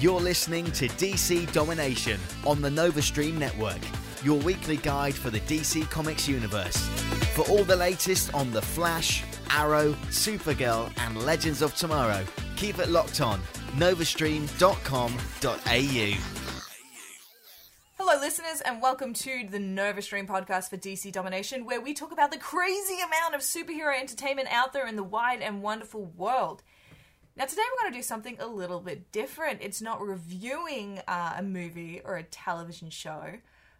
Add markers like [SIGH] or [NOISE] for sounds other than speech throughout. You're listening to DC Domination on the NovaStream network, your weekly guide for the DC Comics universe. For all the latest on The Flash, Arrow, Supergirl, and Legends of Tomorrow, keep it locked on novastream.com.au. Hello, listeners, and welcome to the Nova Stream podcast for DC Domination, where we talk about the crazy amount of superhero entertainment out there in the wide and wonderful world. Now, today we're going to do something a little bit different. It's not reviewing uh, a movie or a television show,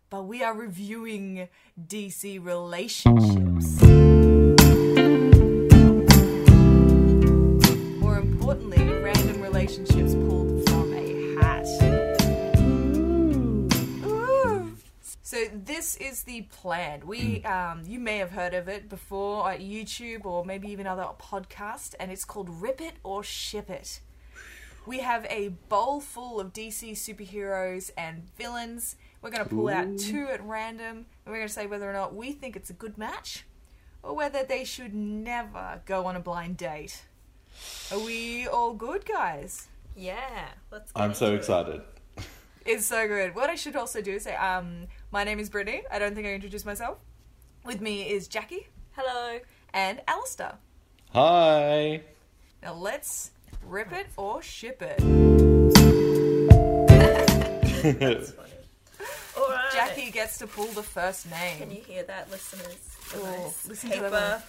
but we are reviewing DC relationships. More importantly, random relationships pulled from a hat. So this is the plan. We, um, you may have heard of it before on YouTube or maybe even other podcasts, and it's called "Rip It or Ship It." We have a bowl full of DC superheroes and villains. We're going to pull out two at random, and we're going to say whether or not we think it's a good match, or whether they should never go on a blind date. Are we all good, guys? Yeah, let's. Get I'm so into it. excited. It's so good. What I should also do is say, um, my name is Brittany. I don't think I introduced myself. With me is Jackie Hello. and Alistair. Hi. Now let's rip it or ship it. All right. Jackie gets to pull the first Can name. you hear that, listeners? The Oh, nice listen to paper.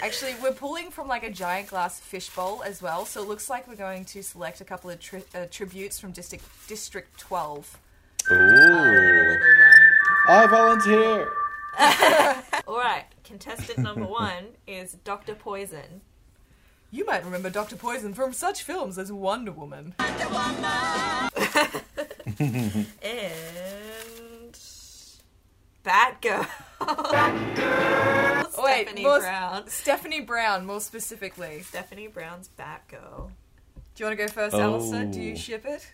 Actually, we're pulling from like a giant glass fishbowl as well, so it looks like we're going to select a couple of tri- uh, tributes from District District 12. Ooh. I volunteer. All right. Contestant [LAUGHS] number one is Doctor Poison. You might remember Dr. Poison from such films as Wonder Woman. And Batgirl. [LAUGHS] Wait, Stephanie more- Brown. Stephanie Brown, more specifically. Stephanie Brown's Batgirl. Do you want to go first, Oh. Alistair? Do you ship it?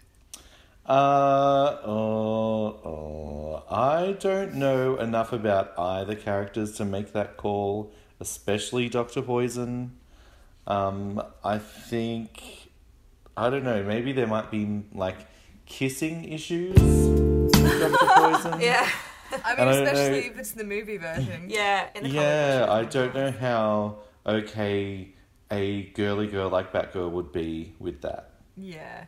Uh, oh, oh. I don't know enough about either characters to make that call, especially Dr. Poison. Um, I think, I don't know, maybe there might be like kissing issues. with Dr. Um, Poison. Yeah. I mean, I don't especially know. if it's the movie version. Yeah. In the comic Yeah, version. I don't know how okay a girly girl like Batgirl would be with that. Yeah.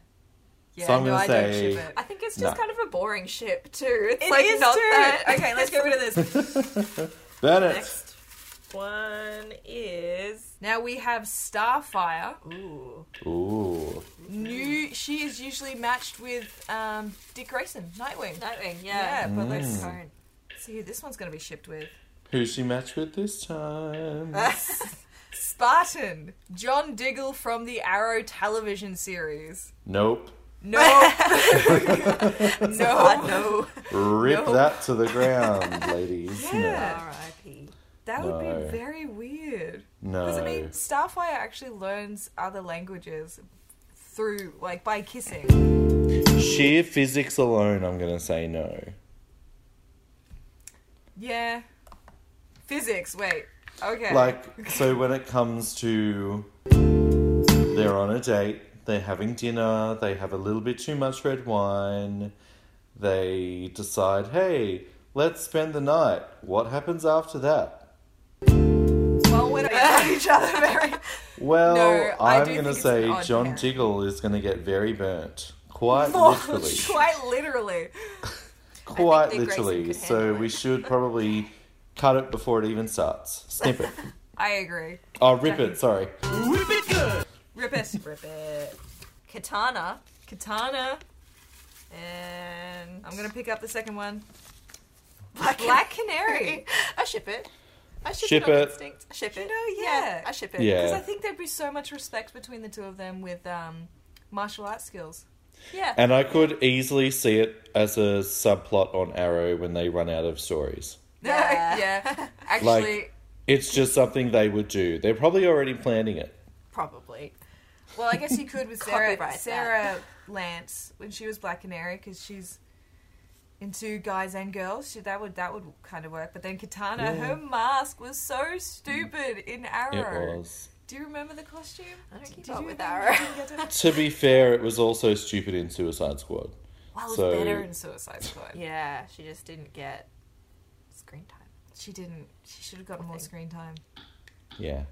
Yeah, So I'm no, gonna I say- don't ship it. I think it's just No. kind of a boring ship too. It's It like is not too. that. Okay, let's get rid of [LAUGHS] this. Bennett. Next one is Now we have Starfire. ooh Ooh. New. She is usually matched with um, Dick Grayson, Nightwing. Nightwing. Yeah, Yeah, but let's Mm. current. see who this one's going to be shipped with. [LAUGHS] Who's she matched with this time? Uh, Spartan, John Diggle from the Arrow television series. nope. [LAUGHS] No, [LAUGHS] no, no. Rip Nope. that to the ground, ladies. Yeah. R.I.P. that would No. be very weird. No. Because no. I mean, Starfire actually learns other languages through, like, by kissing. Sheer physics alone, I'm going to say no. Yeah. Physics. Wait. Okay. Like, so when it comes to they're on a date, they're having dinner, they have a little bit too much red wine, they decide, hey, let's spend the night. What happens after that? well, when I each other very. Well, No, I I'm do going to think it's an say odd John pair. Diggle is going to get very burnt. Quite literally. [LAUGHS] Quite literally. Quite think that Grayson literally. could So handle it. we should [LAUGHS] probably cut it before it even starts. Snip it. I agree. Oh, rip it, sorry. Rip [LAUGHS] it. Rip it. Katana Katana. and I'm gonna pick up the second one. Black, Black Canary. I ship it. I ship, Ship it. on it. Instinct. I ship it. know, yeah. I ship it. Because I [LAUGHS] Yeah. think there'd be so much respect between the two of them with um, martial arts skills. [LAUGHS] Yeah. And I could easily see it as a subplot on Arrow when they run out of stories. yeah. Yeah. Actually, It's just something they would do. They're probably already planning it. Probably. well, I guess you could [LAUGHS] with Sarah, Copyright Sarah Lance when she was Black Canary because she's into guys and girls. She, that would that would kind of work. But then Katana, her mask was so stupid in Arrow. It was. Do you remember the costume? I don't keep Did up you with think Arrow. you can [LAUGHS] get it? To be fair, it was also stupid in Suicide Squad. Well, it was So- better in Suicide Squad. Yeah, She just didn't get screen time. she didn't. She should have gotten more think. screen time. Yeah.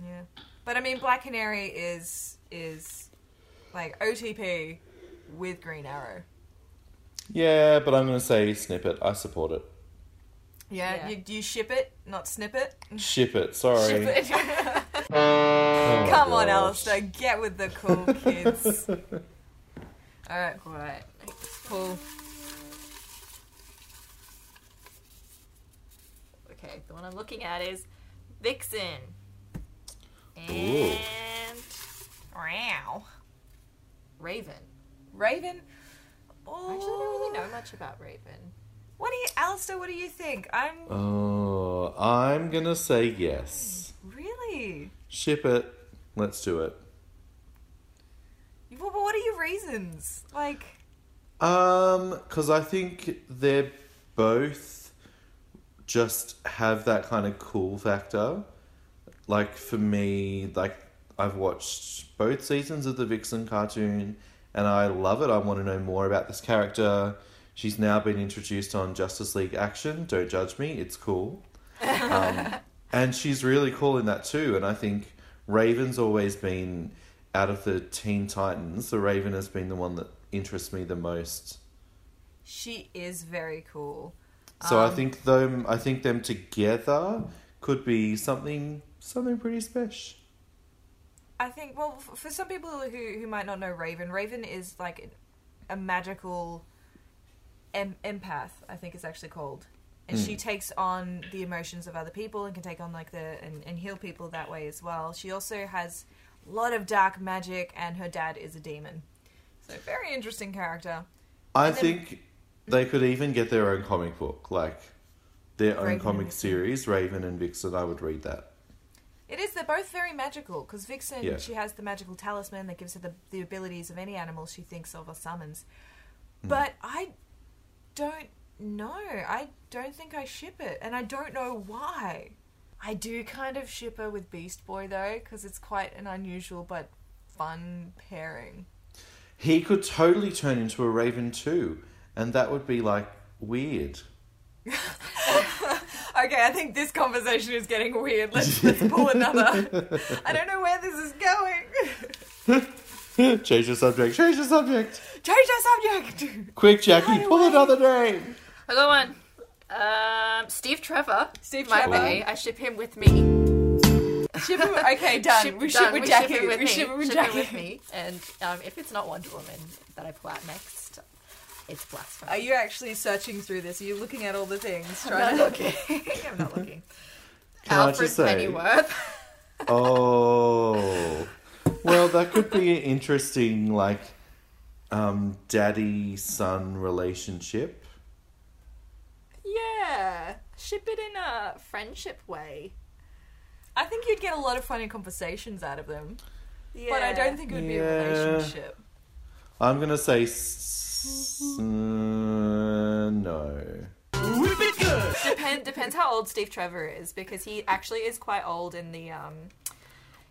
Yeah, but I mean, Black Canary is is like OTP with Green Arrow. Yeah, but I'm going to say snippet. I support it. Yeah, Yeah. You, you ship it, not snip it. Ship it. Sorry. Ship it. Oh my Come on, gosh. Alistair, get with the cool [LAUGHS] kids. All right, [LAUGHS] All [LAUGHS] right. cool. Okay, the one I'm looking at is Vixen. Ooh. And Wow. Raven. Raven. I Oh, actually don't really know much about Raven. What do you, Alistair? What do you think? I'm Oh, I'm going to say yes. really. Ship it. Let's do it. But but what are your reasons? Like, Um, because I think they're both just have that kind of cool factor. Like for me, like I've watched both seasons of the Vixen cartoon, and I love it. I want to know more about this character. She's now been introduced on Justice League Action. Don't judge me; [LAUGHS] it's cool. Um, and she's really cool in that too. And I think Raven's always been out of the Teen Titans. The Raven has been the one that interests me the most. she is very cool. So Um. I think them, I think them together could be something, something pretty special. I think, well, f- for some people who, who might not know Raven, Raven is like a magical em- empath, I think it's actually called. And she takes on the emotions of other people and can take on like the, and, and heal people that way as well. She also has a lot of dark magic and her dad is a demon. So, very interesting character. I And then- think they could even get their own comic book, like their Raven own and comic Vixen. series, Raven and Vixen. I would read that. It is. They're both very magical because Vixen, Yeah. she has the magical talisman that gives her the, the abilities of any animal she thinks of or summons. But I don't know. I don't think I ship it, and I don't know why. I do kind of ship her with Beast Boy though, because it's quite an unusual but fun pairing. He could totally turn into a Raven too, and that would be like weird. [LAUGHS] Okay, I think this conversation is getting weird. Let's, let's pull another. I don't know where this is going. [LAUGHS] change the subject. Change the subject. Change our subject. Quick, Jackie, pull another name. I got one. Um, Steve Trevor. Steve My Trevor. bae. I ship him with me. Ship him- [LAUGHS] okay, done. Ship- we done. ship with We Jackie. him with we me. ship him with Ship him Jackie. with me. And um, if it's not Wonder Woman that I pull out next, it's Blasphemy. Are you actually searching through this? Are you looking at all the things? I'm Trying not [LAUGHS] looking. I'm not looking. Can I Alfred just say- Pennyworth. [LAUGHS] Oh, well, that could be an interesting like um, daddy son relationship. [LAUGHS] yeah. Ship it in a friendship way. I think you'd get a lot of funny conversations out of them, Yeah. but I don't think it would be Yeah. a relationship. I'm gonna say s- s- uh, no. Depend, depends how old Steve Trevor is because he actually is quite old in the um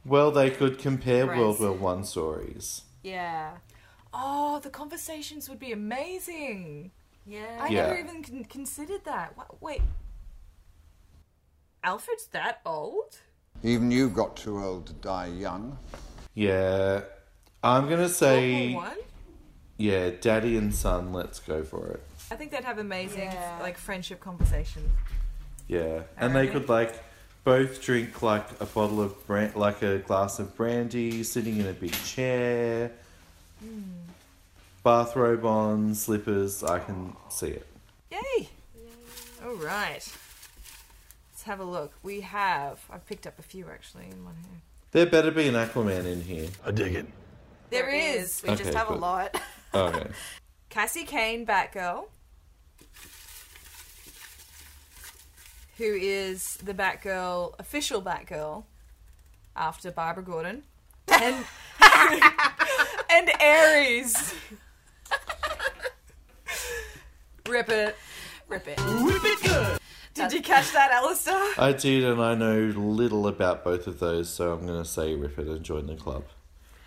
Well, they could compare Right. World War One stories. yeah Oh, the conversations would be amazing. yeah I Yeah. never even con- considered that. Wha- Wait, Alfred's that old? Even you got too old to die young. Yeah, I'm gonna World say War One? yeah, daddy and son. Let's go for it. I think they'd have amazing Yeah. like friendship conversations. Yeah, and they could like both drink like a bottle of brand, like a glass of brandy, sitting in a big chair, bathrobe on, slippers. I can see it. Yay! All right. Let's have a look. We have. I've picked up a few actually in one hand. There better be an Aquaman in here. there is. we just Okay, have good. a lot Okay, Cassie Kane, Batgirl, who is the Batgirl, official Batgirl, after Barbara Gordon. And, [LAUGHS] and Aries. Rip it. rip it Did Did you catch that, Alistair? I did, and I know little about both of those, so I'm going to say rip it and join the club.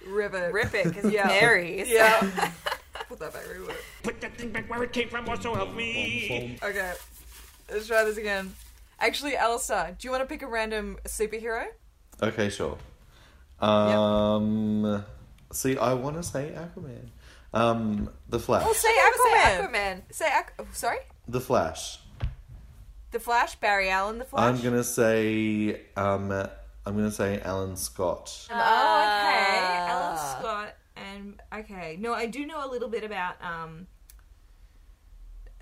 Rip it. Rip it, because Yeah. [LAUGHS] yeah. Mary. so- Yeah. [LAUGHS] Put that back. Rip it. Put that thing back where it came from, or so help me. Okay. Let's try this again. Actually, Alistair, do you want to pick a random superhero? Okay, sure. Um, See, I want to say Aquaman. Um, the Flash. Say I would say Aquaman. Aquaman. Say Aqu- oh, sorry? The Flash. The Flash, Barry Allen, The Flash. I'm going to say. Um, I'm going to say Alan Scott. Oh, okay. Alan Scott and okay. No, I do know a little bit about um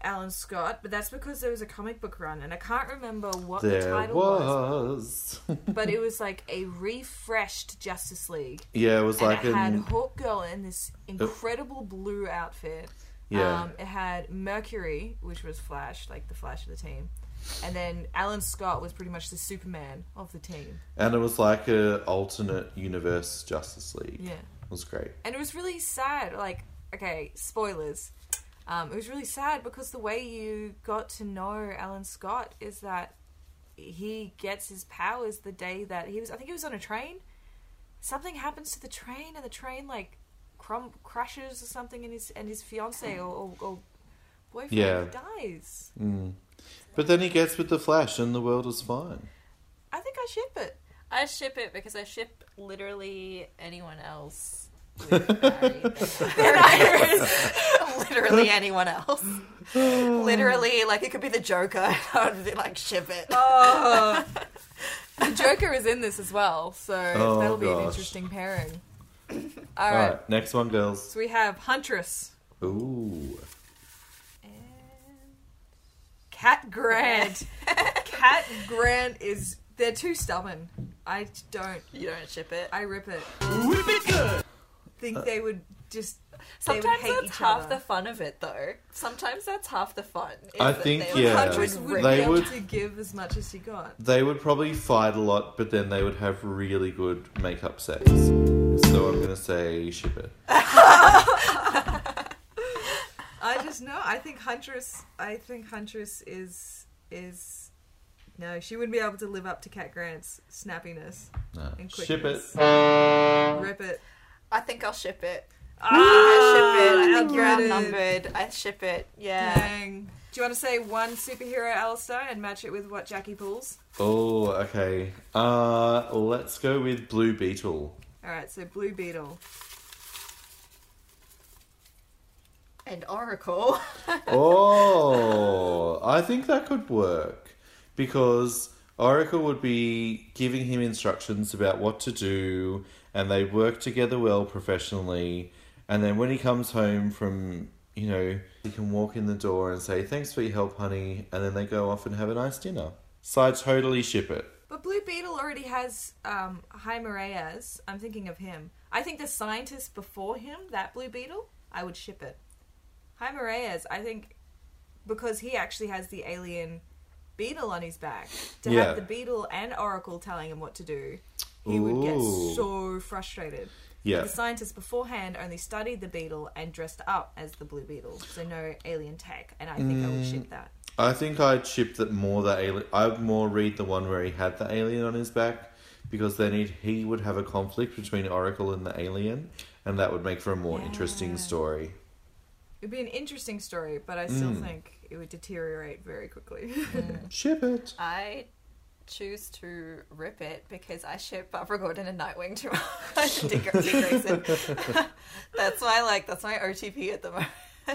Alan Scott, but that's because there was a comic book run, and I can't remember what the There title was. was. But it was like a refreshed Justice League, [LAUGHS] yeah, it was and like it had an. Hawk Girl in this incredible blue outfit. Yeah. Um, it had Mercury, which was Flash, like the Flash of the team, and then Alan Scott was pretty much the Superman of the team. [LAUGHS] and it was like a alternate universe Justice League. Yeah. It was great. and it was really sad. Like, okay, spoilers. Um, it was really sad because the way you got to know Alan Scott is that he gets his powers the day that he was. I think he was on a train. Something happens to the train, and the train like crum- crashes or something, and his and his fiance or, or, or boyfriend Yeah. Mm. dies. But then he gets with the Flash, and the world is fine. I think I ship it. I ship it because I ship literally anyone [LAUGHS] else. with Barry. Than I is literally anyone else. literally, like it could be the Joker. [LAUGHS] I would be like, ship it. Oh. The Joker is in this as well, so Oh, that'll be an gosh. interesting pairing. All All right. right, next one, girls. so we have Huntress. Ooh. Cat [LAUGHS] Grant. Cat Grant is they're too stubborn. I don't. You don't ship it. I rip it. Whip it good. Think they would just. they would Sometimes hate that's each half other. the fun of it, though. Sometimes that's half the fun. is I that think, they would yeah. Huntress would They be able would- to give as much as he got. They would probably fight a lot, but then they would have really good makeup sets. So I'm gonna say ship it. I just know. I think Huntress. I think Huntress is is. No, she wouldn't be able to live up to Cat Grant's snappiness. No. And Ship it. quickness. Rip it. I think I'll ship it. Ah. I ship it. I think you're outvoted. outnumbered. I ship it. Yeah. Dang. Do you want to say one superhero, Alistair, and match it with what Jackie pulls? Oh, okay. Uh, let's go with Blue Beetle. All right, so Blue Beetle. And Oracle. [LAUGHS] Oh, I think that could work because Oracle would be giving him instructions about what to do, and they work together well professionally. And then when he comes home from, you know, he can walk in the door and say, Thanks for your help, honey. And then they go off and have a nice dinner. So I totally ship it. But Blue Beetle already has um, Jaime Reyes. I'm thinking of him. I think the scientist before him, that Blue Beetle, I would ship it. Jaime Reyes, I think, because he actually has the alien beetle on his back. To Yeah. have the beetle and Oracle telling him what to do, he would get Ooh. so frustrated. Yeah. The scientist beforehand only studied the beetle and dressed up as the Blue Beetle, so no alien tech. And I think I would Mm. ship that. I think I'd ship that more the alien. I'd more read the one where he had the alien on his back because then he'd, he would have a conflict between Oracle and the alien, and that would make for a more interesting story. It'd be an interesting story, but I still think it would deteriorate very quickly. Ship it. I choose to rip it because I ship Barbara Gordon and Nightwing too [LAUGHS] much. Dick- Dick Grayson. [LAUGHS] that's my like. That's my OTP at the moment. [LAUGHS]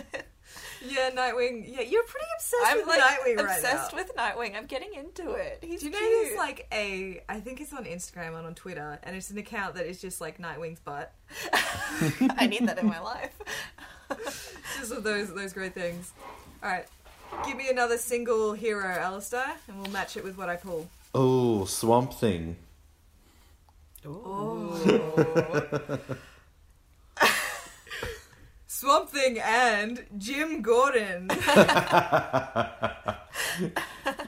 yeah, Nightwing. Yeah, you're pretty obsessed I'm with like Nightwing right obsessed now. with Nightwing. I'm getting into it. He's Do you know cute. there's like a? I think it's on Instagram and on Twitter, and it's an account that is just like Nightwing's butt. [LAUGHS] I need that in my life. Just of those those great things. All right, give me another single hero, Alistair, and we'll match it with what I pull. Oh, Swamp Thing. Swamp Thing and Jim Gordon.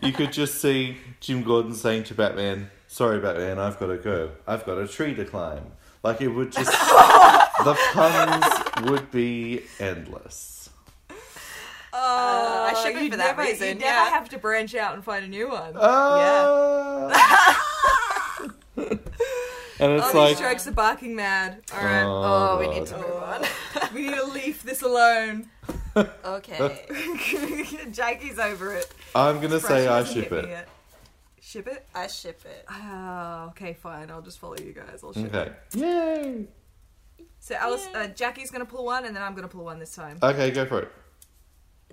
You could just see Jim Gordon saying to Batman, "Sorry, Batman, I've got to go. I've got a tree to climb." Like it would just. the puns would be endless. I [LAUGHS] Uh, ship it you'd for that never, reason. You'd yeah. never have to branch out and find a new one. Ah! [LAUGHS] and it's Oh, like, these jokes are barking mad. All right, oh, we need to move on. [LAUGHS] we need to leave this alone. [LAUGHS] okay. Uh. Jakey's over it. I'm gonna say She I hasn't ship hit me it. yet. Ship it? I ship it. Oh, okay, fine. I'll just follow you guys. I'll ship it. Okay. Yay. So Alice, uh, Jackie's gonna pull one, and then I'm gonna pull one this time. Okay, go for it.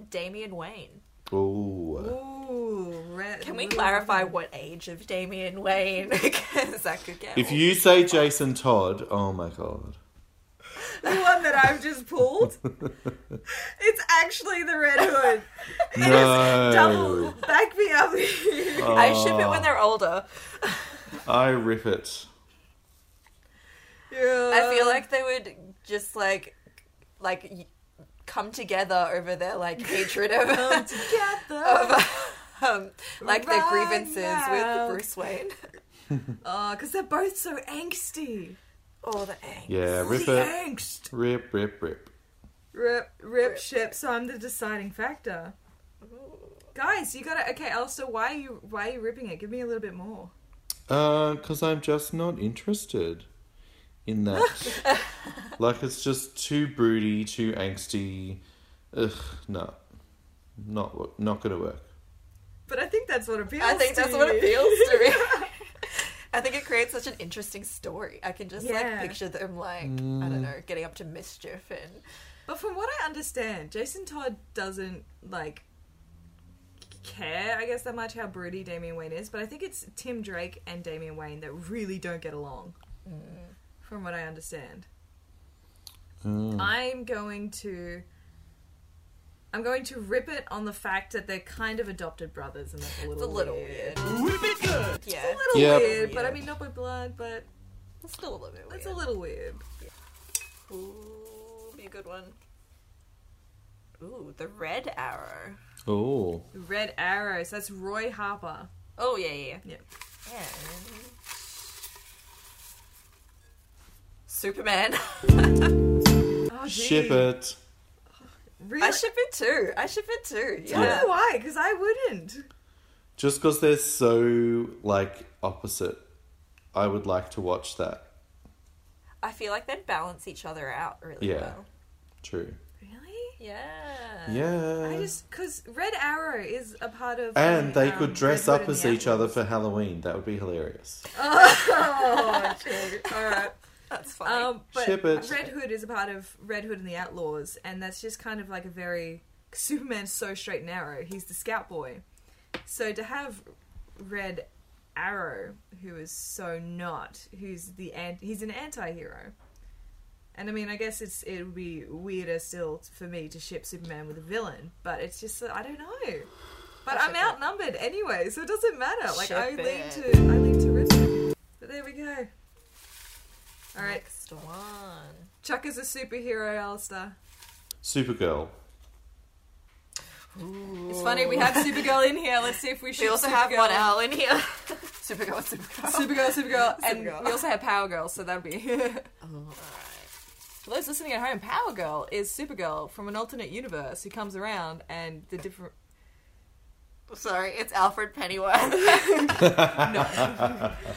Damian Wayne. Ooh. Ooh, red. Can we ooh. clarify what age of Damian Wayne? [LAUGHS] Because that could get. If you say Jason Todd, oh my [LAUGHS] god. the one that I've just [LAUGHS] pulled? it's actually the Red Hood. No. Oh, Double, back me up. [LAUGHS] here. I ship it when they're older. I rip it. I Uh, feel like they would just like, like, y- come together over their like hatred of, together. [LAUGHS] of um, like their Right grievances now. with Bruce Wayne. [LAUGHS] Oh, because they're both so angsty. Oh, the angst. Yeah, The rip it. angst. Rip, rip, rip. Rip, rip, ship. So I'm the deciding factor. Guys, you gotta. Okay, Alistair, why are you why are you ripping it? Give me a little bit more. Uh, because I'm just not interested [LAUGHS] in that. like, it's just too broody, too angsty. Ugh, no. Not, wo- not gonna work. But I think that's what appeals. I think to that's what you. appeals [LAUGHS] to me. [LAUGHS] I think it creates such an interesting story. I can just like Yeah. picture them like I don't know, getting up to mischief and But from what I understand, Jason Todd doesn't like care, I guess, that much how broody Damian Wayne is. But I think it's Tim Drake and Damian Wayne that really don't get along. From what I understand, I'm going to. I'm going to rip it on the fact that they're kind of adopted brothers and that's a it's a little, little weird. weird. Whip it good. Yeah, A little Yeah. weird, but I mean not by blood, but it's still a little bit weird. it's a little weird. Ooh, be a good one. Ooh, the red arrow. Oh. Red Arrows. That's Roy Harper. Oh yeah, yeah, yeah. Yep. And... Superman. Oh, gee. Ship it. Really? [LAUGHS] I ship it too. I ship it too. I don't Yeah. know why, because I wouldn't. Just because they're so, like, opposite. I would like to watch that. I feel like they'd balance each other out really Yeah. well. True. Really? Yeah. Yeah. I just because Red Arrow is a part of. and the, they um, could dress Red Hood up and as the each Outlaws. other for Halloween. That would be hilarious. Oh, true. All right. That's funny. Um, but Ship it. Red Hood is a part of Red Hood and the Outlaws, and that's just kind of like a very [LAUGHS] Superman's so straight and narrow. He's the Scout Boy, so to have Red Arrow, who is so not, who's the an- he's an anti-hero. And I mean, I guess it's it would be weirder still for me to ship Superman with a villain, but it's just that I don't know. But I'm ship it. outnumbered anyway, so it doesn't matter. Like I Ship lean it. to I lean to Rip. But there we go. All right, Next one. Chuck is a superhero, Alistair. Supergirl. It's funny, we have Supergirl in here. Let's see if we should. We also have one L in here. [LAUGHS] Supergirl, Supergirl. Supergirl, Supergirl, and Supergirl. we also have Power Girl, so that'll be. [LAUGHS] Oh, For those listening at home, Power Girl is Supergirl from an alternate universe who comes around and the different. Oh, Sorry, it's Alfred Pennyworth. [LAUGHS]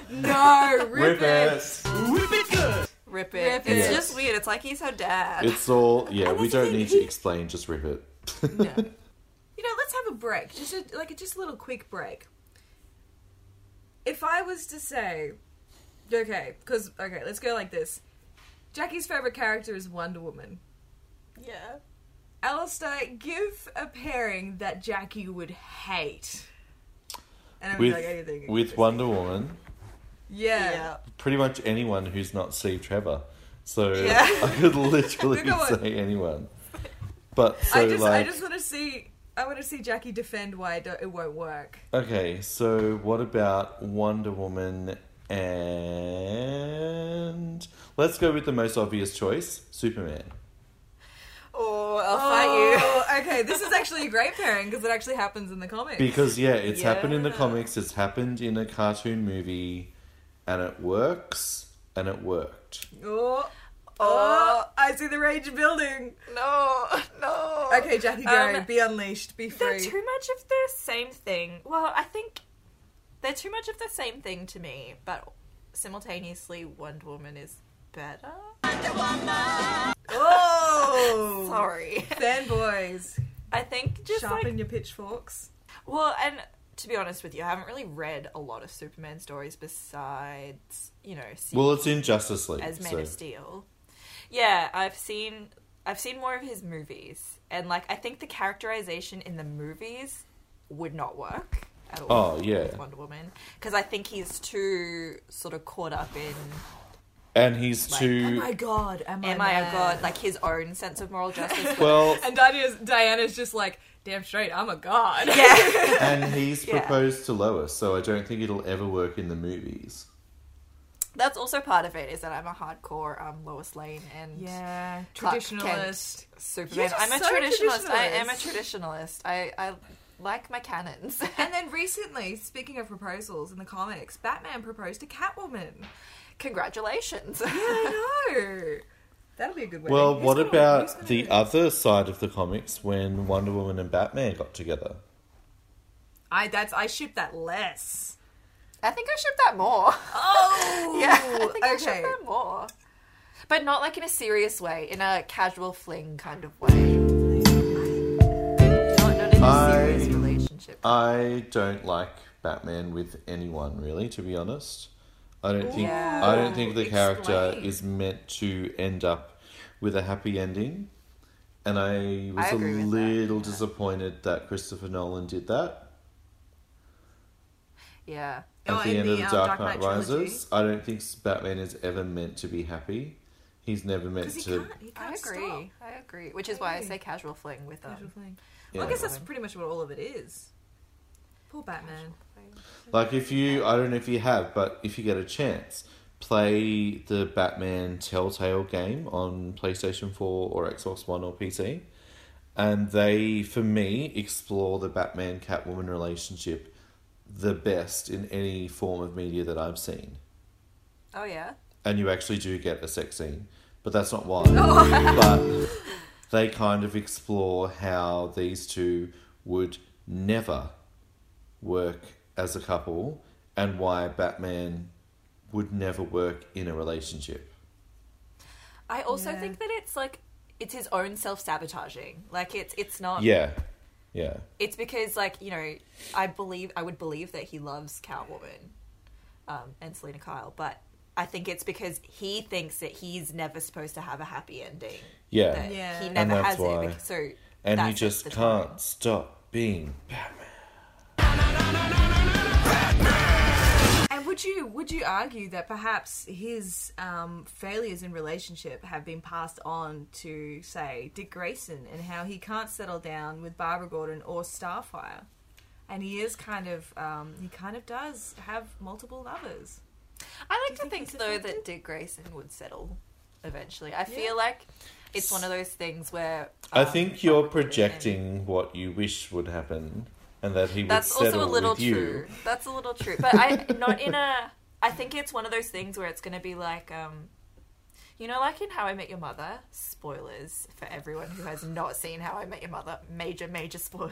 No, rip, Rip it. it. Whip it good. [LAUGHS] Rip it. Rip It's it. just weird. It's like he's her dad. It's all yeah. We that's the don't thing, need he- to explain. Just rip it. You know, let's have a break. Just a, like a, just a little quick break. If I was to say, okay, because okay, let's go like this. Jackie's favorite character is Wonder Woman. Yeah. Alistair, give a pairing that Jackie would hate. And I'm With like anything. with Wonder Woman, yeah. Yeah. pretty much anyone who's not Steve Trevor. So Yeah. [LAUGHS] I could literally Good one. say anyone. But so I just I like just want to see I want to see Jackie defend why it, don't- it won't work. okay, so what about Wonder Woman and let's go with the most obvious choice, Superman. Oh, I'll fight you. Oh, okay. This is actually a great pairing because it actually happens in the comics. Because yeah, it's happened in the Yeah. comics, it's happened in a cartoon movie, and it works, and it worked. oh, Oh. oh, I see the rage building. No, no. Okay, Jackie Gary, Um, be unleashed, be They're free. too much of the same thing. Well, I think they're too much of the same thing to me, but simultaneously, Wonder Woman is better. oh, Sorry. fanboys, I think just sharpen like your pitchforks. Well, and to be honest with you, I haven't really read a lot of Superman stories besides, you know, seeing Well, it's in Justice League. as Man so- of Steel. Yeah, I've seen I've seen more of his movies, and like I think the characterization in the movies would not work at all. Oh, yeah. with Wonder Woman, because I think he's too sort of caught up in and he's Like, oh too. My God, am I? am I a mad? god? Like his own sense of moral justice. [LAUGHS] [LAUGHS] well, And Diana's, Diana's just like, damn straight, I'm a god. [LAUGHS] yeah, and he's Yeah. proposed to Lois, so I don't think it'll ever work in the movies. that's also part of it. Is that I'm a hardcore um, Lois Lane and Yeah, Clark traditionalist. Kent Superman. You're just I'm a so traditionalist. I am a traditionalist. traditionalist. I, I like my canons. [LAUGHS] And then recently, speaking of proposals in the comics, Batman proposed to Catwoman. Congratulations. [LAUGHS] I know. That'll be a good wedding. Well, Who's what gonna- about who's gonna the do it? other side of the comics when Wonder Woman and Batman got together? I that's I ship that less. I think I ship that more. [LAUGHS] Oh, yeah, I think I okay. ship that more. But not like in a serious way, in a casual fling kind of way. Not, not in a I- serious relationship. I don't like Batman with anyone really, to be honest. I don't think Yeah. I don't think the character Explain. is meant to end up with a happy ending. And I was I a agree with that, little disappointed that Christopher Nolan did that Yeah. Oh, at the in end the, of um, Dark Dark Knight Knight Rises. trilogy. I don't think Batman is ever meant to be happy. He's never meant Because he to can't. He can't I agree. stop. I agree. Which is why I agree. say casual fling with them. Casual fling. yeah. Well, I guess that's pretty much what all of it is. Poor Batman. Like if you, I don't know if you have, but if you get a chance, play the Batman Telltale game on PlayStation Four or Xbox One or PC, and they, for me, explore the Batman Catwoman relationship the best in any form of media that I've seen. Oh, yeah. And you actually do get a sex scene, but that's not why. Oh. [LAUGHS] but they kind of explore how these two would never work as a couple and why Batman would never work in a relationship. I also Yeah. think that it's like it's his own self sabotaging. Like it's it's not. Yeah. Yeah. It's because like you know I believe I would believe that he loves Catwoman, um, and Selena Kyle, but I think it's because he thinks that he's never supposed to have a happy ending. Yeah. That Yeah. He And never that's has why. it. Because, so And he that's just the can't time. stop being Batman. And would you would you argue that perhaps his um, failures in relationship have been passed on to say Dick Grayson and how he can't settle down with Barbara Gordon or Starfire, and he is kind of um, he kind of does have multiple lovers. I like to think think, he's though affected? that Dick Grayson would settle eventually. I feel like it's one of those things where I um, think you're Robert Downey- projecting what you wish would happen and that he would That's settle also a little with you. true. That's a little true. But I not in a I think it's one of those things where it's gonna be like, um you know, like in How I Met Your Mother, spoilers for everyone who has not seen How I Met Your Mother, major, major [LAUGHS] spoilers.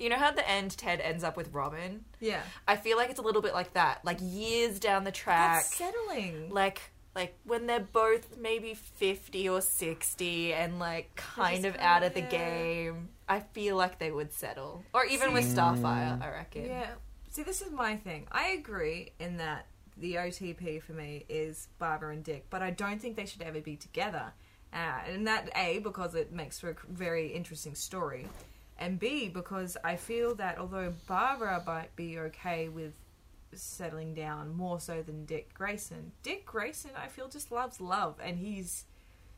you know how at the end Ted ends up with Robin? Yeah, I feel like it's a little bit like that. Like years down the track that's settling. like like when they're both maybe 50 or 60 and like kind just of kinda- out of the yeah. game i feel like they would settle or even with starfire i reckon Yeah. See, this is my thing. I agree in that the OTP for me is Barbara and Dick, but I don't think they should ever be together. Uh, and that A because it makes for a very interesting story, and B because I feel that although Barbara might be okay with settling down more so than Dick Grayson, Dick Grayson I feel just loves love, and he's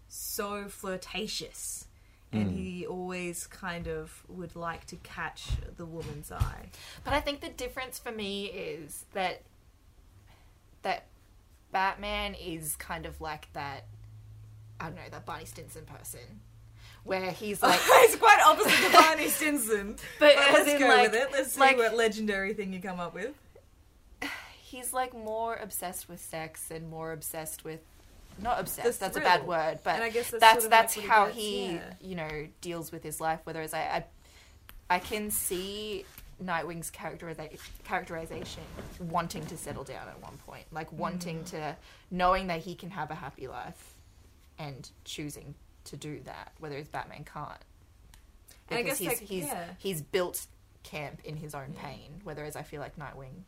so flirtatious. And he always kind of would like to catch the woman's eye. but i think the difference for me is that that batman is kind of like that i don't know that barney stinson person where [LAUGHS] he's like He's quite opposite to [LAUGHS] Barney Stinson. But as let's in, go like- with it. Let's see like- what legendary thing you come up with. he's like more obsessed with sex and more obsessed with not The obsessed. That's a thrill. bad word, but And I guess that's that's sort of that's like what he how gets, he yeah. you know deals with his life. Whereas I I, I can see Nightwing's characteriza- characterization wanting to settle down at one point, like wanting Mm. to knowing that he can have a happy life, and choosing to do that. Whether it's Batman can't And I because guess, he's like, he's yeah. he's built camp in his own pain. Whereas I feel like Nightwing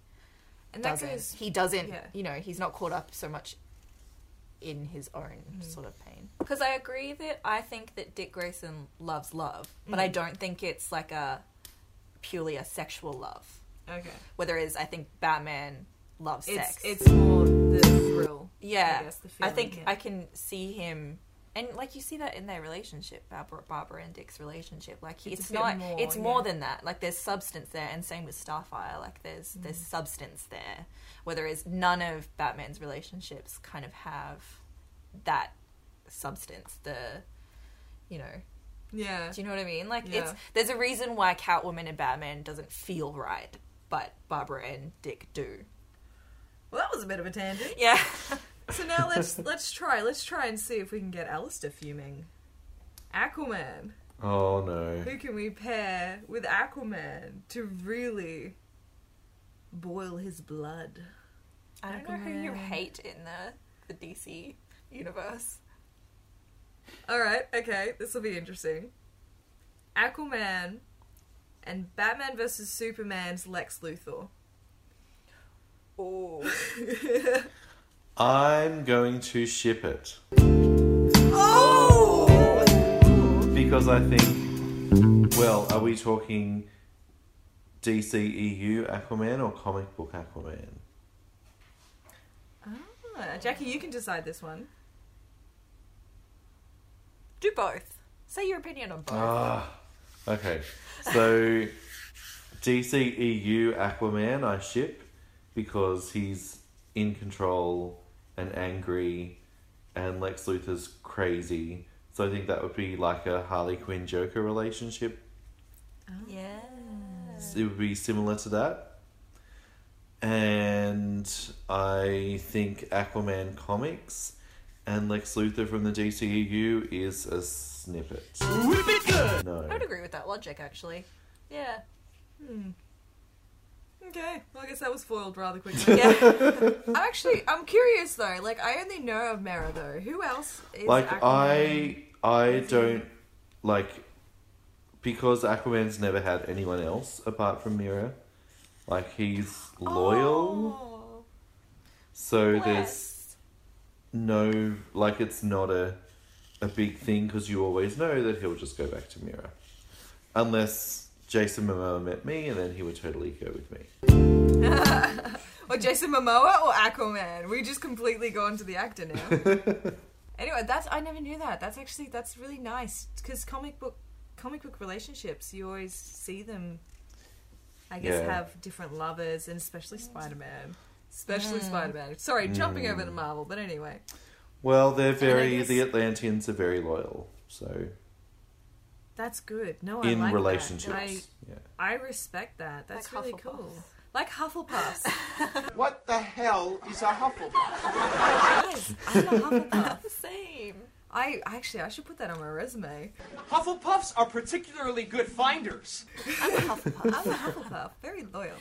And that doesn't. goes. he doesn't. yeah. You know, he's not caught up so much in his own sort of pain. Because Mm. I agree that I think that Dick Grayson loves love, but I don't think it's like a purely a sexual love. Okay. Whereas I think Batman loves It's, sex. it's more the thrill. yeah, I I, guess the feeling, think yeah. I can see him, and like you see that in their relationship, Barbara, Barbara and Dick's relationship. Like he- It's it's, a bit not, more, it's more yeah. than that. Like there's substance there, and same with Starfire. Like there's Mm. there's substance there. Whereas none of Batman's relationships kind of have that substance. The you know Yeah. do you know what I mean? Like it's Yeah. there's a reason why Catwoman and Batman doesn't feel right, but Barbara and Dick do. Well, that was a bit of a tangent. Yeah. [LAUGHS] So now let's let's try. Let's try and see if we can get Alistair fuming. Aquaman. Oh no. Who can we pair with Aquaman to really boil his blood? I don't know who you hate in the the DC universe. All right, okay, this will be interesting. Aquaman and Batman versus Superman's Lex Luthor. Oh. I'm going to ship it Oh! because I think. Well, are we talking DCEU Aquaman or comic book Aquaman? Ah, Jackie, you can decide this one. Do both. Say your opinion on both. Ah, okay. So DCEU Aquaman I ship because he's in control and angry and Lex Luthor's crazy. So I think that would be like a Harley Quinn Joker relationship. yeah. It would be similar to that. And I think Aquaman comics and Lex Luthor from the DCEU is a snippet. Whip it good. No. I would agree with that logic actually. Yeah. Okay, well, I guess that was foiled rather quickly. [LAUGHS] Yeah. I'm actually, I'm curious though. Like, I only know of Mera though. Who else is like Aquaman? I I don't like because Aquaman's never had anyone else apart from Mira. Like he's loyal, Oh, so there's bless. no like it's not a a big thing because you always know that he'll just go back to Mira, unless Jason Momoa met me and then he would totally go with me. Or Jason Momoa or Aquaman? We just completely gone to the actor [LAUGHS] now. anyway, that's I never knew that. That's actually that's really nice because comic book comic book relationships you always see them. I guess Yeah. have different lovers and especially Spider Man, especially Spider Man. Sorry, Hmm. jumping over to Marvel, but anyway, Well, they're very guess- the Atlanteans are very loyal, so that's good. No, Oh, I in like that. relationships, I, yeah. I respect that. That's Like really Hufflepuff. cool. Like Hufflepuffs. What the hell is a Hufflepuff? Guys, I'm a [LAUGHS] Hufflepuff. the same. I actually I should put that on my resume. Hufflepuffs are particularly good finders. I'm a Hufflepuff, very loyal.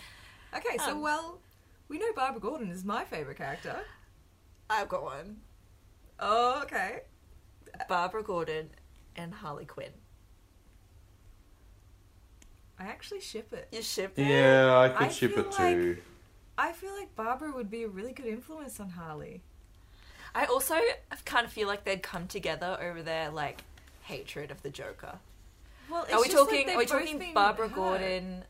Okay, so well, we know Barbara Gordon is my favorite character. I've got one. Oh, okay. Barbara Gordon and Harley Quinn. I actually ship it. You ship it? Yeah, I could I ship feel it like- too. I feel like Barbara would be a really good influence on Harley. I also kind of feel like they'd come together over their like hatred of the Joker. Well, it's are we just like talking? they've are we both talking been Barbara hurt. Gordon,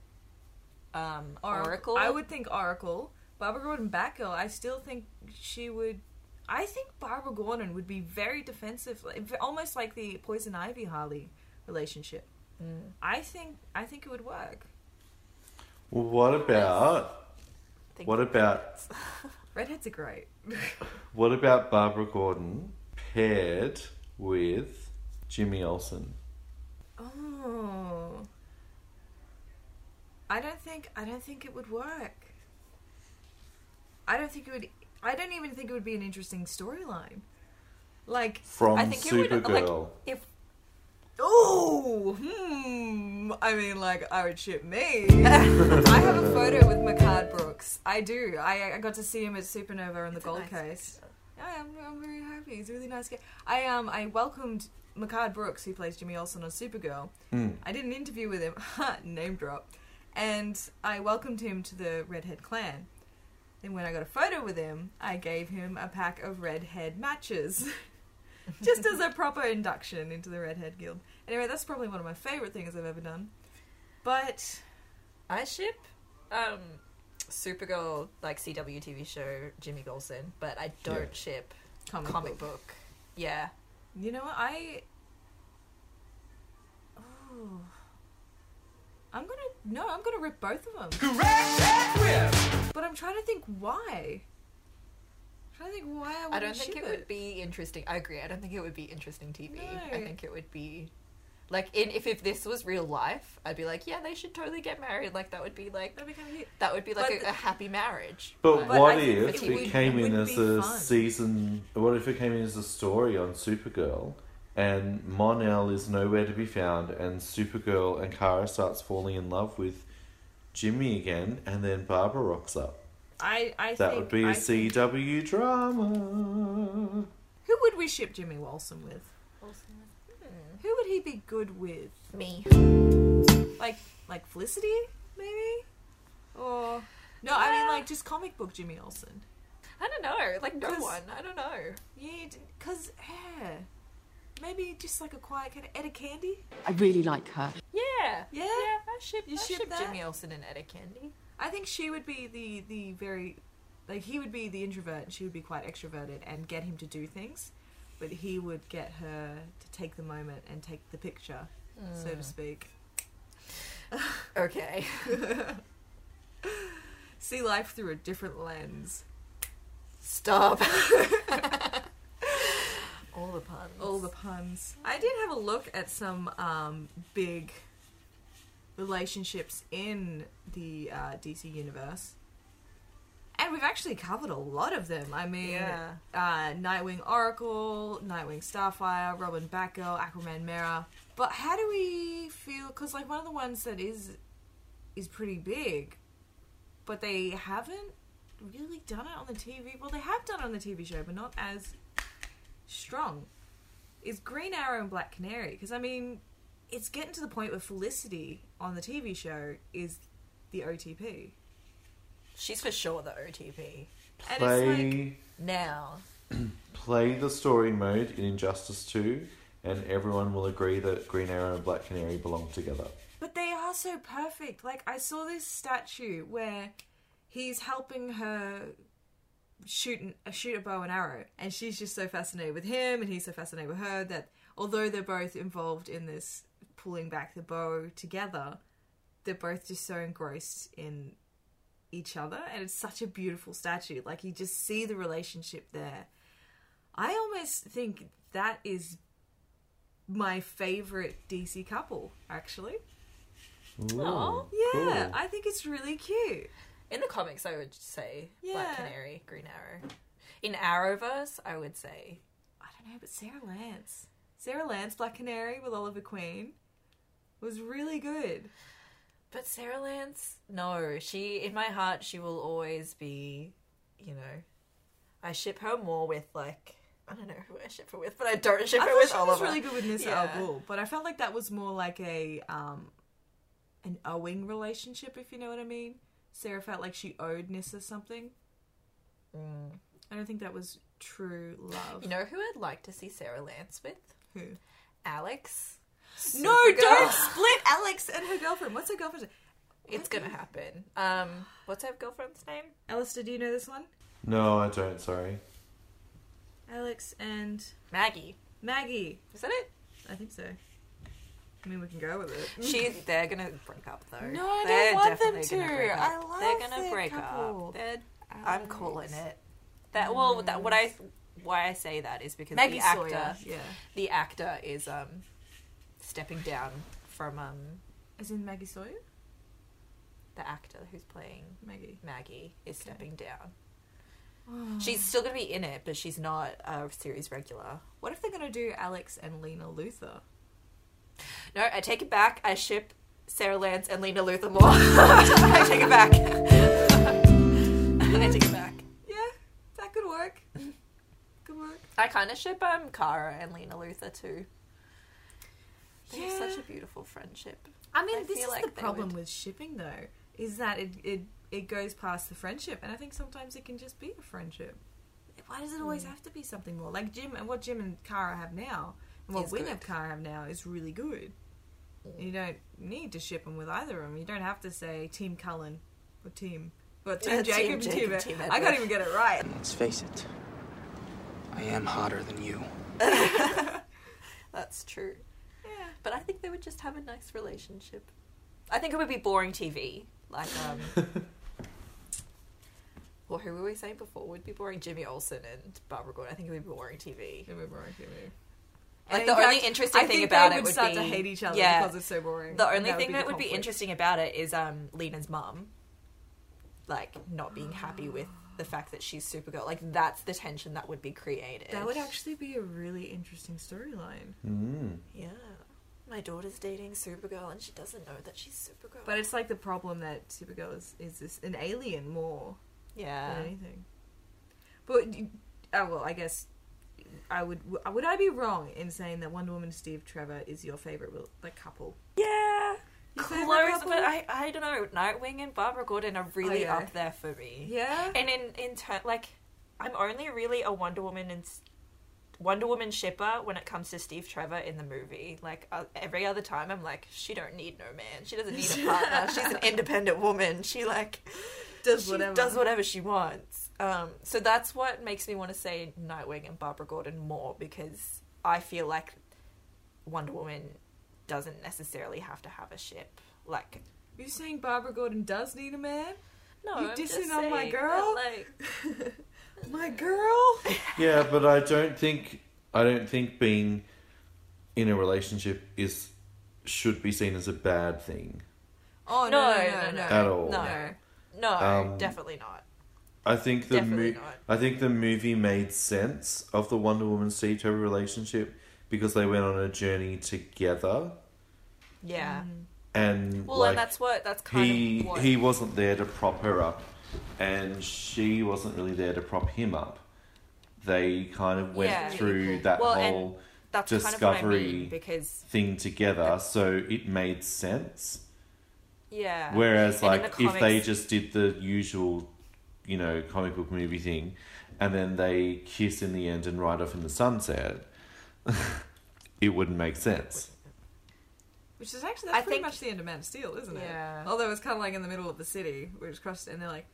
um, Or- Oracle? I would think Oracle. Barbara Gordon Batgirl. I still think she would. I think Barbara Gordon would be very defensive, like, almost like the Poison Ivy Harley relationship. I think. I think it would work. Well, what about think what about Redheads are great. what about Barbara Gordon paired with Jimmy Olsen? Oh. I don't think I don't think it would work. I don't think it would I don't even think it would be an interesting storyline. Like, From I think it would like Supergirl. if ooh, hmm. I mean, like, I would ship me. [LAUGHS] I have a photo with Macard Brooks. I do. I, I got to see him at Supernova on the Gold nice Coast. I am, I'm very happy. He's a really nice guy. I um I welcomed Macard Brooks, who plays Jimmy Olsen on Supergirl. I did an interview with him, [LAUGHS] name drop, and I welcomed him to the Redhead Clan. Then when I got a photo with him, I gave him a pack of redhead matches. [LAUGHS] Just as a proper induction into the Redhead Guild. Anyway, that's probably one of my favourite things I've ever done. But I ship um Supergirl like CW TV show Jimmy Golson, but I don't Yeah. ship comic, comic, comic book. book. Yeah. You know, I. Ooh. I'm gonna no, I'm gonna rip both of them. [LAUGHS] Correct that whip! But I'm trying to think why. I'm trying to think why I would I don't think it would be interesting. I agree. I don't think it would be interesting TV. I No. think it would be like in if, if this was real life, I'd be like, yeah, they should totally get married. Like that would be like That'd be kind of cute. that would be like But a, the- a happy marriage. But, But what I think if that it, it would- came it in would as be a fun. season? What if it came in as a story on Supergirl, and Monel is nowhere to be found, and Supergirl and Kara starts falling in love with Jimmy again, and then Barbara rocks up. I I That think would be a I think- CW drama. Who would we ship Jimmy Walson with? Who would he be good with? Me. Like like Felicity maybe, or no? I mean like just comic book Jimmy Olsen. I don't know. Like no 'Cause- one. I don't know. Yeah, because yeah, maybe just like a quiet kind of Etta Candy. I really like her. Yeah. Yeah? Yeah. I ship. You I ship ship, that? Jimmy Olsen and Etta Candy. I think she would be the the very like he would be the introvert and she would be quite extroverted and get him to do things, but he would get her to take the moment and take the picture, so to speak. Okay. See life through a different lens. [LAUGHS] Stop. All the puns. All Oh, the puns. I did have a look at some um, big relationships in the uh, DC universe. And we've actually covered a lot of them. I mean, Yeah. uh, Nightwing Oracle, Nightwing Starfire, Robin Batgirl, Aquaman Mera. But how do we feel? Because like one of the ones that is is pretty big, but they haven't really done it on the TV. Well, they have done it on the TV show, but not as strong. Is Green Arrow and Black Canary? Because I mean, it's getting to the point where Felicity on the TV show is the OTP, She's for sure the OTP. and it's like Play Now. play the story mode in Injustice Two, and everyone will agree that Green Arrow and Black Canary belong together. But they are so perfect. Like I saw this statue where he's helping her shoot an, uh, shoot a bow and arrow, and she's just so fascinated with him, and he's so fascinated with her that although they're both involved in this pulling back the bow together, they're both just so engrossed in each other, and it's such a beautiful statue. Like you just see the relationship there. I almost think that is my favorite DC couple, actually. Aw. Yeah, Cool. I think it's really cute. In the comics, I would say Yeah. Black Canary, Green Arrow. In Arrowverse, I would say I don't know, but Sarah Lance, Sarah Lance, Black Canary with Oliver Queen, was really good. But Sarah Lance, no, she in my heart she will always be, you know, I ship her more with like I don't know who I ship her with, but I don't ship I her thought with she was Oliver. really good with Nissa Yeah. Al Ghul, but I felt like that was more like a um, an owing relationship, if you know what I mean. Sarah felt like she owed Nissa something. I don't think that was true love. You know who I'd like to see Sarah Lance with? Who? Alex. No, Supergirl. [LAUGHS] don't split Alex and her girlfriend. What's her girlfriend's name? It's gonna happen. Um, what's her girlfriend's name? Alistair, do you know this one? No, I don't. Sorry. Alex and Maggie. Maggie. Is that it? I think so. I mean, we can go with it. She. They're gonna break up though. No, I don't They're want them definitely gonna to. break up. I love They're gonna their break couple. up. They're, I'm calling it. That well, that what I why I say that is because the actor, Yeah. the actor is um stepping down from um As in Maggie Sawyer? the actor who's playing Maggie. Maggie is stepping down. She's still going to be in it, but she's not a series regular. What if they're going to do Alex and Lena Luthor? No, I take it back. I ship Sarah Lance and Lena Luthor more. [LAUGHS] I take it back. [LAUGHS] I take it back. Yeah, that could [LAUGHS] work. Good work. I kind of ship um Kara and Lena Luthor too. They have such a beautiful friendship. I mean, I this feel is like the they problem would- with shipping, though, is that it, it it goes past the friendship, and I think sometimes it can just be a friendship. Why does it Mm. always have to be something more? Like Jim and what Jim and Kara have now, and what Is we good. Mm. and Kara have now is really good. You don't need to ship them with either of them. You don't have to say Team Cullen or Team, or [LAUGHS] Team Team Jacob. and Jacob, Team, Team I Edward. can't even get it right. [LAUGHS] Let's face it, I am hotter than you. That's true. Yeah. But I think they would just have a nice relationship. I think it would be boring TV. Like, um. [LAUGHS] well, who were we saying before? Would be boring Jimmy Olsen and Barbara Gordon. I think it would be boring It TV. would be boring, it would be- Like, And the in only fact, interesting I thing think about they it would would start be. to hate each other yeah. because it's so boring. The only thing be that the would be conflict. interesting about it is um, Lena's mum, like not being happy with the fact that she's Supergirl. Like that's the tension that would be created. That would actually be a really interesting storyline. yeah. My daughter's dating Supergirl and she doesn't know that she's Supergirl. But it's like the problem that Supergirl is, is this an alien more yeah, than anything. But d- oh well, I guess I would w- would I be wrong in saying that Wonder Woman Steve Trevor is your favorite will- like couple? yeah, Your close. favourite couple? But I, I don't know. Nightwing and Barbara Gordon are really yeah. up there for me. Yeah. and in in turn, like I'm only really a Wonder Woman and s- Wonder Woman shipper when it comes to Steve Trevor in the movie. Like uh, every other time, I'm like, she don't need no man. She doesn't need a [LAUGHS] partner. She's an independent woman. She like Does she whatever. does whatever she wants. Um, so that's what makes me want to say Nightwing and Barbara Gordon more because I feel like Wonder Woman doesn't necessarily have to have a ship. Like You're saying Barbara Gordon does need a man? no, You I'm just dissing on my saying that, girl? like, My girl. Yeah, but I don't think I don't think being in a relationship is should be seen as a bad thing. [LAUGHS] Oh no, no, no. At all. no, no, Um, definitely not. I think the Definitely mo- not. I think the movie made sense of the Wonder Woman Steve Trevor relationship because they went on a journey together Yeah. and Well, like, and that's what that's kind he of what he wasn't there to prop her up, and she wasn't really there to prop him up. They kind of went Yeah. through that Well, and whole that's kind of what I discovery mean because thing together, so it made sense. yeah. Whereas, And in like, the if they comics- just did the usual, you know, comic book movie thing, and then they kiss in the end and ride off in the sunset, [LAUGHS] it wouldn't make sense. Which is actually that's I pretty think- much the end of Man of Steel, isn't it? Yeah. Although it's kind of like in the middle of the city, we just crossed, and they're like,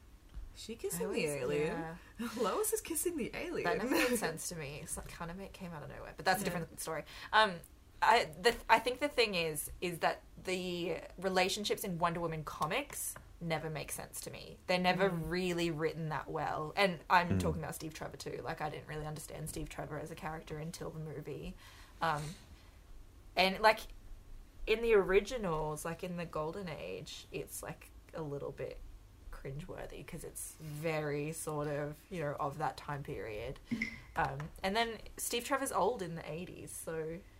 "She kissing Always- the alien. yeah. [LAUGHS] Lois is kissing the alien." That [LAUGHS] never made sense to me. It's like kind of it came out of nowhere, but that's a different story. Um, I the I think the thing is is that the relationships in Wonder Woman comics never make sense to me. They're never really written that well. And I'm talking about Steve Trevor too. Like I didn't really understand Steve Trevor as a character until the movie. Um, and like in the originals, like in the Golden Age, it's like a little bit cringeworthy because it's very sort of you know of that time period. Um, and then Steve Trevor's old in the '80s, so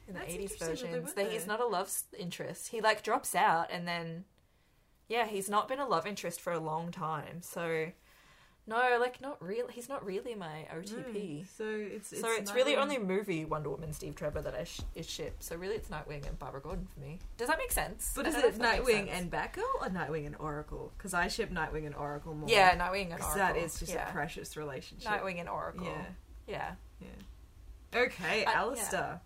in the That's '80s interesting that they versions, went that he's there. not a love s- interest. He like drops out, and then yeah, he's not been a love interest for a long time. So no, like not real. He's not really my OTP. So it's, So it's, really Nightwing. only movie Wonder Woman Steve Trevor that I sh- is ship. So really, it's Nightwing and Barbara Gordon for me. Does that make sense? But I is know it that's not make Nightwing sense. and Batgirl or Nightwing and Oracle? Because I ship Nightwing and Oracle more. yeah, Nightwing and because Oracle. that is just yeah. a precious relationship. Nightwing and Oracle. Yeah, Yeah. Okay, Uh, yeah. Alistair,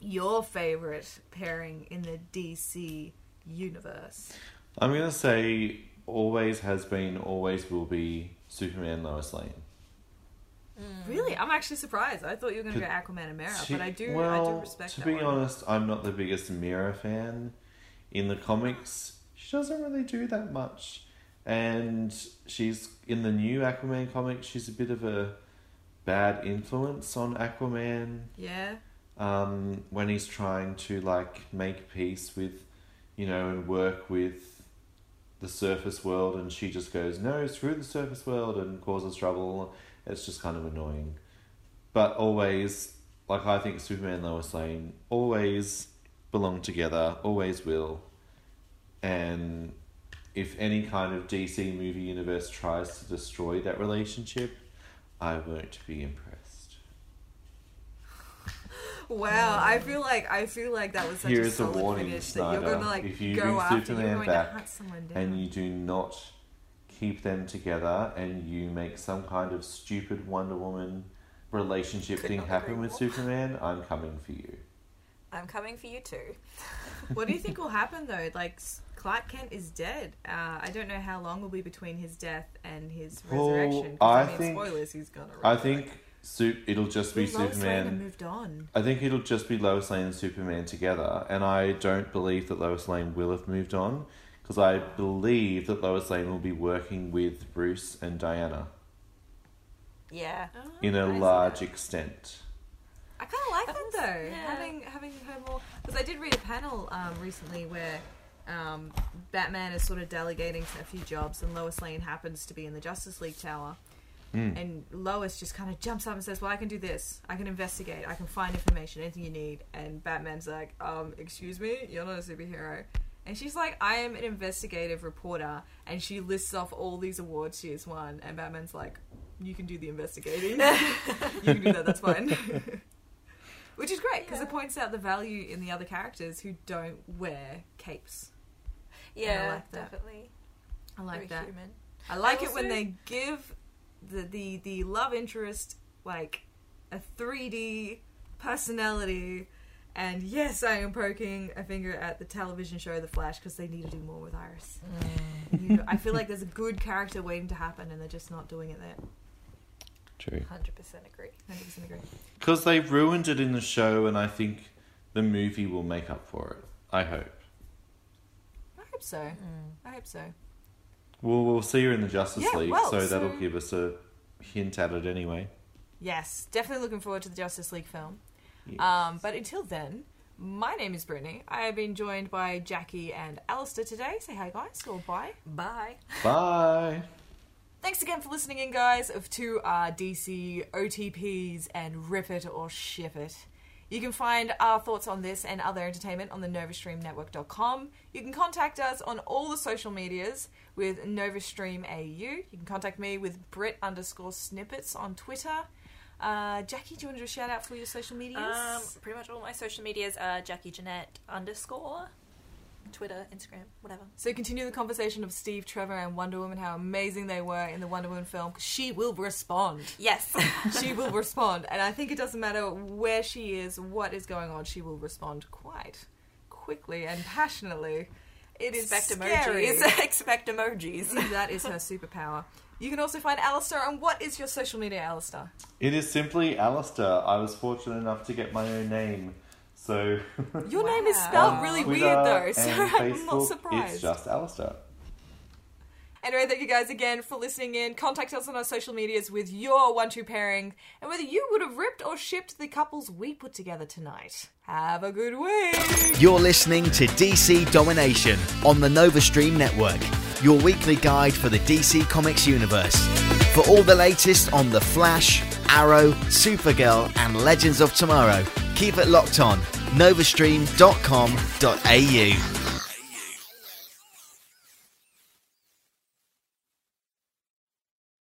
your favorite pairing in the DC universe? I'm gonna say always has been, always will be Superman Lois Lane. Mm. Really, I'm actually surprised. I thought you were going to go To- Aquaman and Mara, To- but I do, I do well, respect To that be one. honest, I'm not the biggest Mira fan. In the comics, she doesn't really do that much, and she's in the new Aquaman comic. She's a bit of a bad influence on Aquaman Yeah. um, when he's trying to like make peace with, you know, and work with the surface world, and she just goes no, screw the surface world, and causes trouble, It's just kind of annoying. But always, like I think Superman and Lois Lane always belong together, always will. And if any kind of DC movie universe tries to destroy that relationship, I won't be impressed. Wow, I feel like I feel like that was such mm. Here a is a solid warning, finish that Snyder. you're gonna like if you go bring after you're Superman going to back hunt someone down. and you do not keep them together and you make some kind of stupid Wonder Woman relationship Could thing not happen agree with more. Superman, I'm coming for you. I'm coming for you too. What do you think will happen though? Like s- Clark Kent is dead. Uh, I don't know how long will be between his death and his Well, resurrection. 'cause, I mean, think- spoilers. He's gonna. I think Sup- it'll just be Lois Lane had Superman. moved on. I think it'll just be Lois Lane and Superman together, and I don't believe that Lois Lane will have moved on because I believe that Lois Lane will be working with Bruce and Diana Yeah, in a large extent. I kind of like that was- though, yeah. having having her more because I did read a panel um, recently where um, Batman is sort of delegating a few jobs, and Lois Lane happens to be in the Justice League Tower, and Lois just kind of jumps up and says, "Well, I can do this. I can investigate. I can find information, anything you need." And Batman's like, um, "Excuse me, you're not a superhero." And she's like, I am an investigative reporter. And she lists off all these awards she has won. And Batman's like, You can do the [LAUGHS] investigating. you can do that, that's fine. [LAUGHS] Which is great because it points out the value in the other characters who don't wear capes. yeah, like that. definitely. I like Very that. human. I like I it when also- they give the, the the love interest like a 3D personality. And yes, I am poking a finger at the television show The Flash because they need to do more with Iris. You know, I [LAUGHS] feel like there's a good character waiting to happen, and they're just not doing it there. True. Hundred percent agree. 100% agree. Because they ruined it in the show, and I think the movie will make up for it. I hope. I hope so. I hope so. Well, we'll see her in the Justice Yeah, League, well, so, so- that'll give us a hint at it anyway. Yes, definitely looking forward to the Justice League film. Yes. Um, but until then, my name is Brittany. I have been joined by Jackie and Alistair today. Say hi, guys, or bye. Bye. Bye. Thanks again for listening in, guys, of to uh, our DC OTPs and Rip It or Ship It. You can find our thoughts on this and other entertainment on the NovastreamNetwork.com. You can contact us on all the social medias with NovastreamAU. You can contact me with Brit underscore snippets on Twitter. Uh, Jackie, do you want to do a shout out for your social medias? Um, pretty much all my social medias are Jackie Jeanette underscore Twitter, Instagram, whatever. So continue the conversation of Steve Trevor and Wonder Woman, how amazing they were in the Wonder Woman film. 'cause She will respond. Yes. She will respond, and I think it doesn't matter where she is, what is going on. She will respond quite quickly and passionately. It is [LAUGHS] Expect scary. emojis. [LAUGHS] Expect emojis. that is her superpower. You can also find Alistair. And what is your social media, Alistair? It is simply Alistair. I was fortunate enough to get my own name. So, [LAUGHS] Your name is Wow. spelled really weird though, so [LAUGHS] and I'm not Facebook, surprised. It's just Alistair. Anyway, thank you guys again for listening in. Contact us on our social medias with your one two pairing and whether you would have ripped or shipped the couples we put together tonight. Have a good week. You're listening to DC Domination on the NovaStream Network, your weekly guide for the DC Comics universe. For all the latest on The Flash, Arrow, Supergirl, and Legends of Tomorrow, keep it locked on novastream.com.au.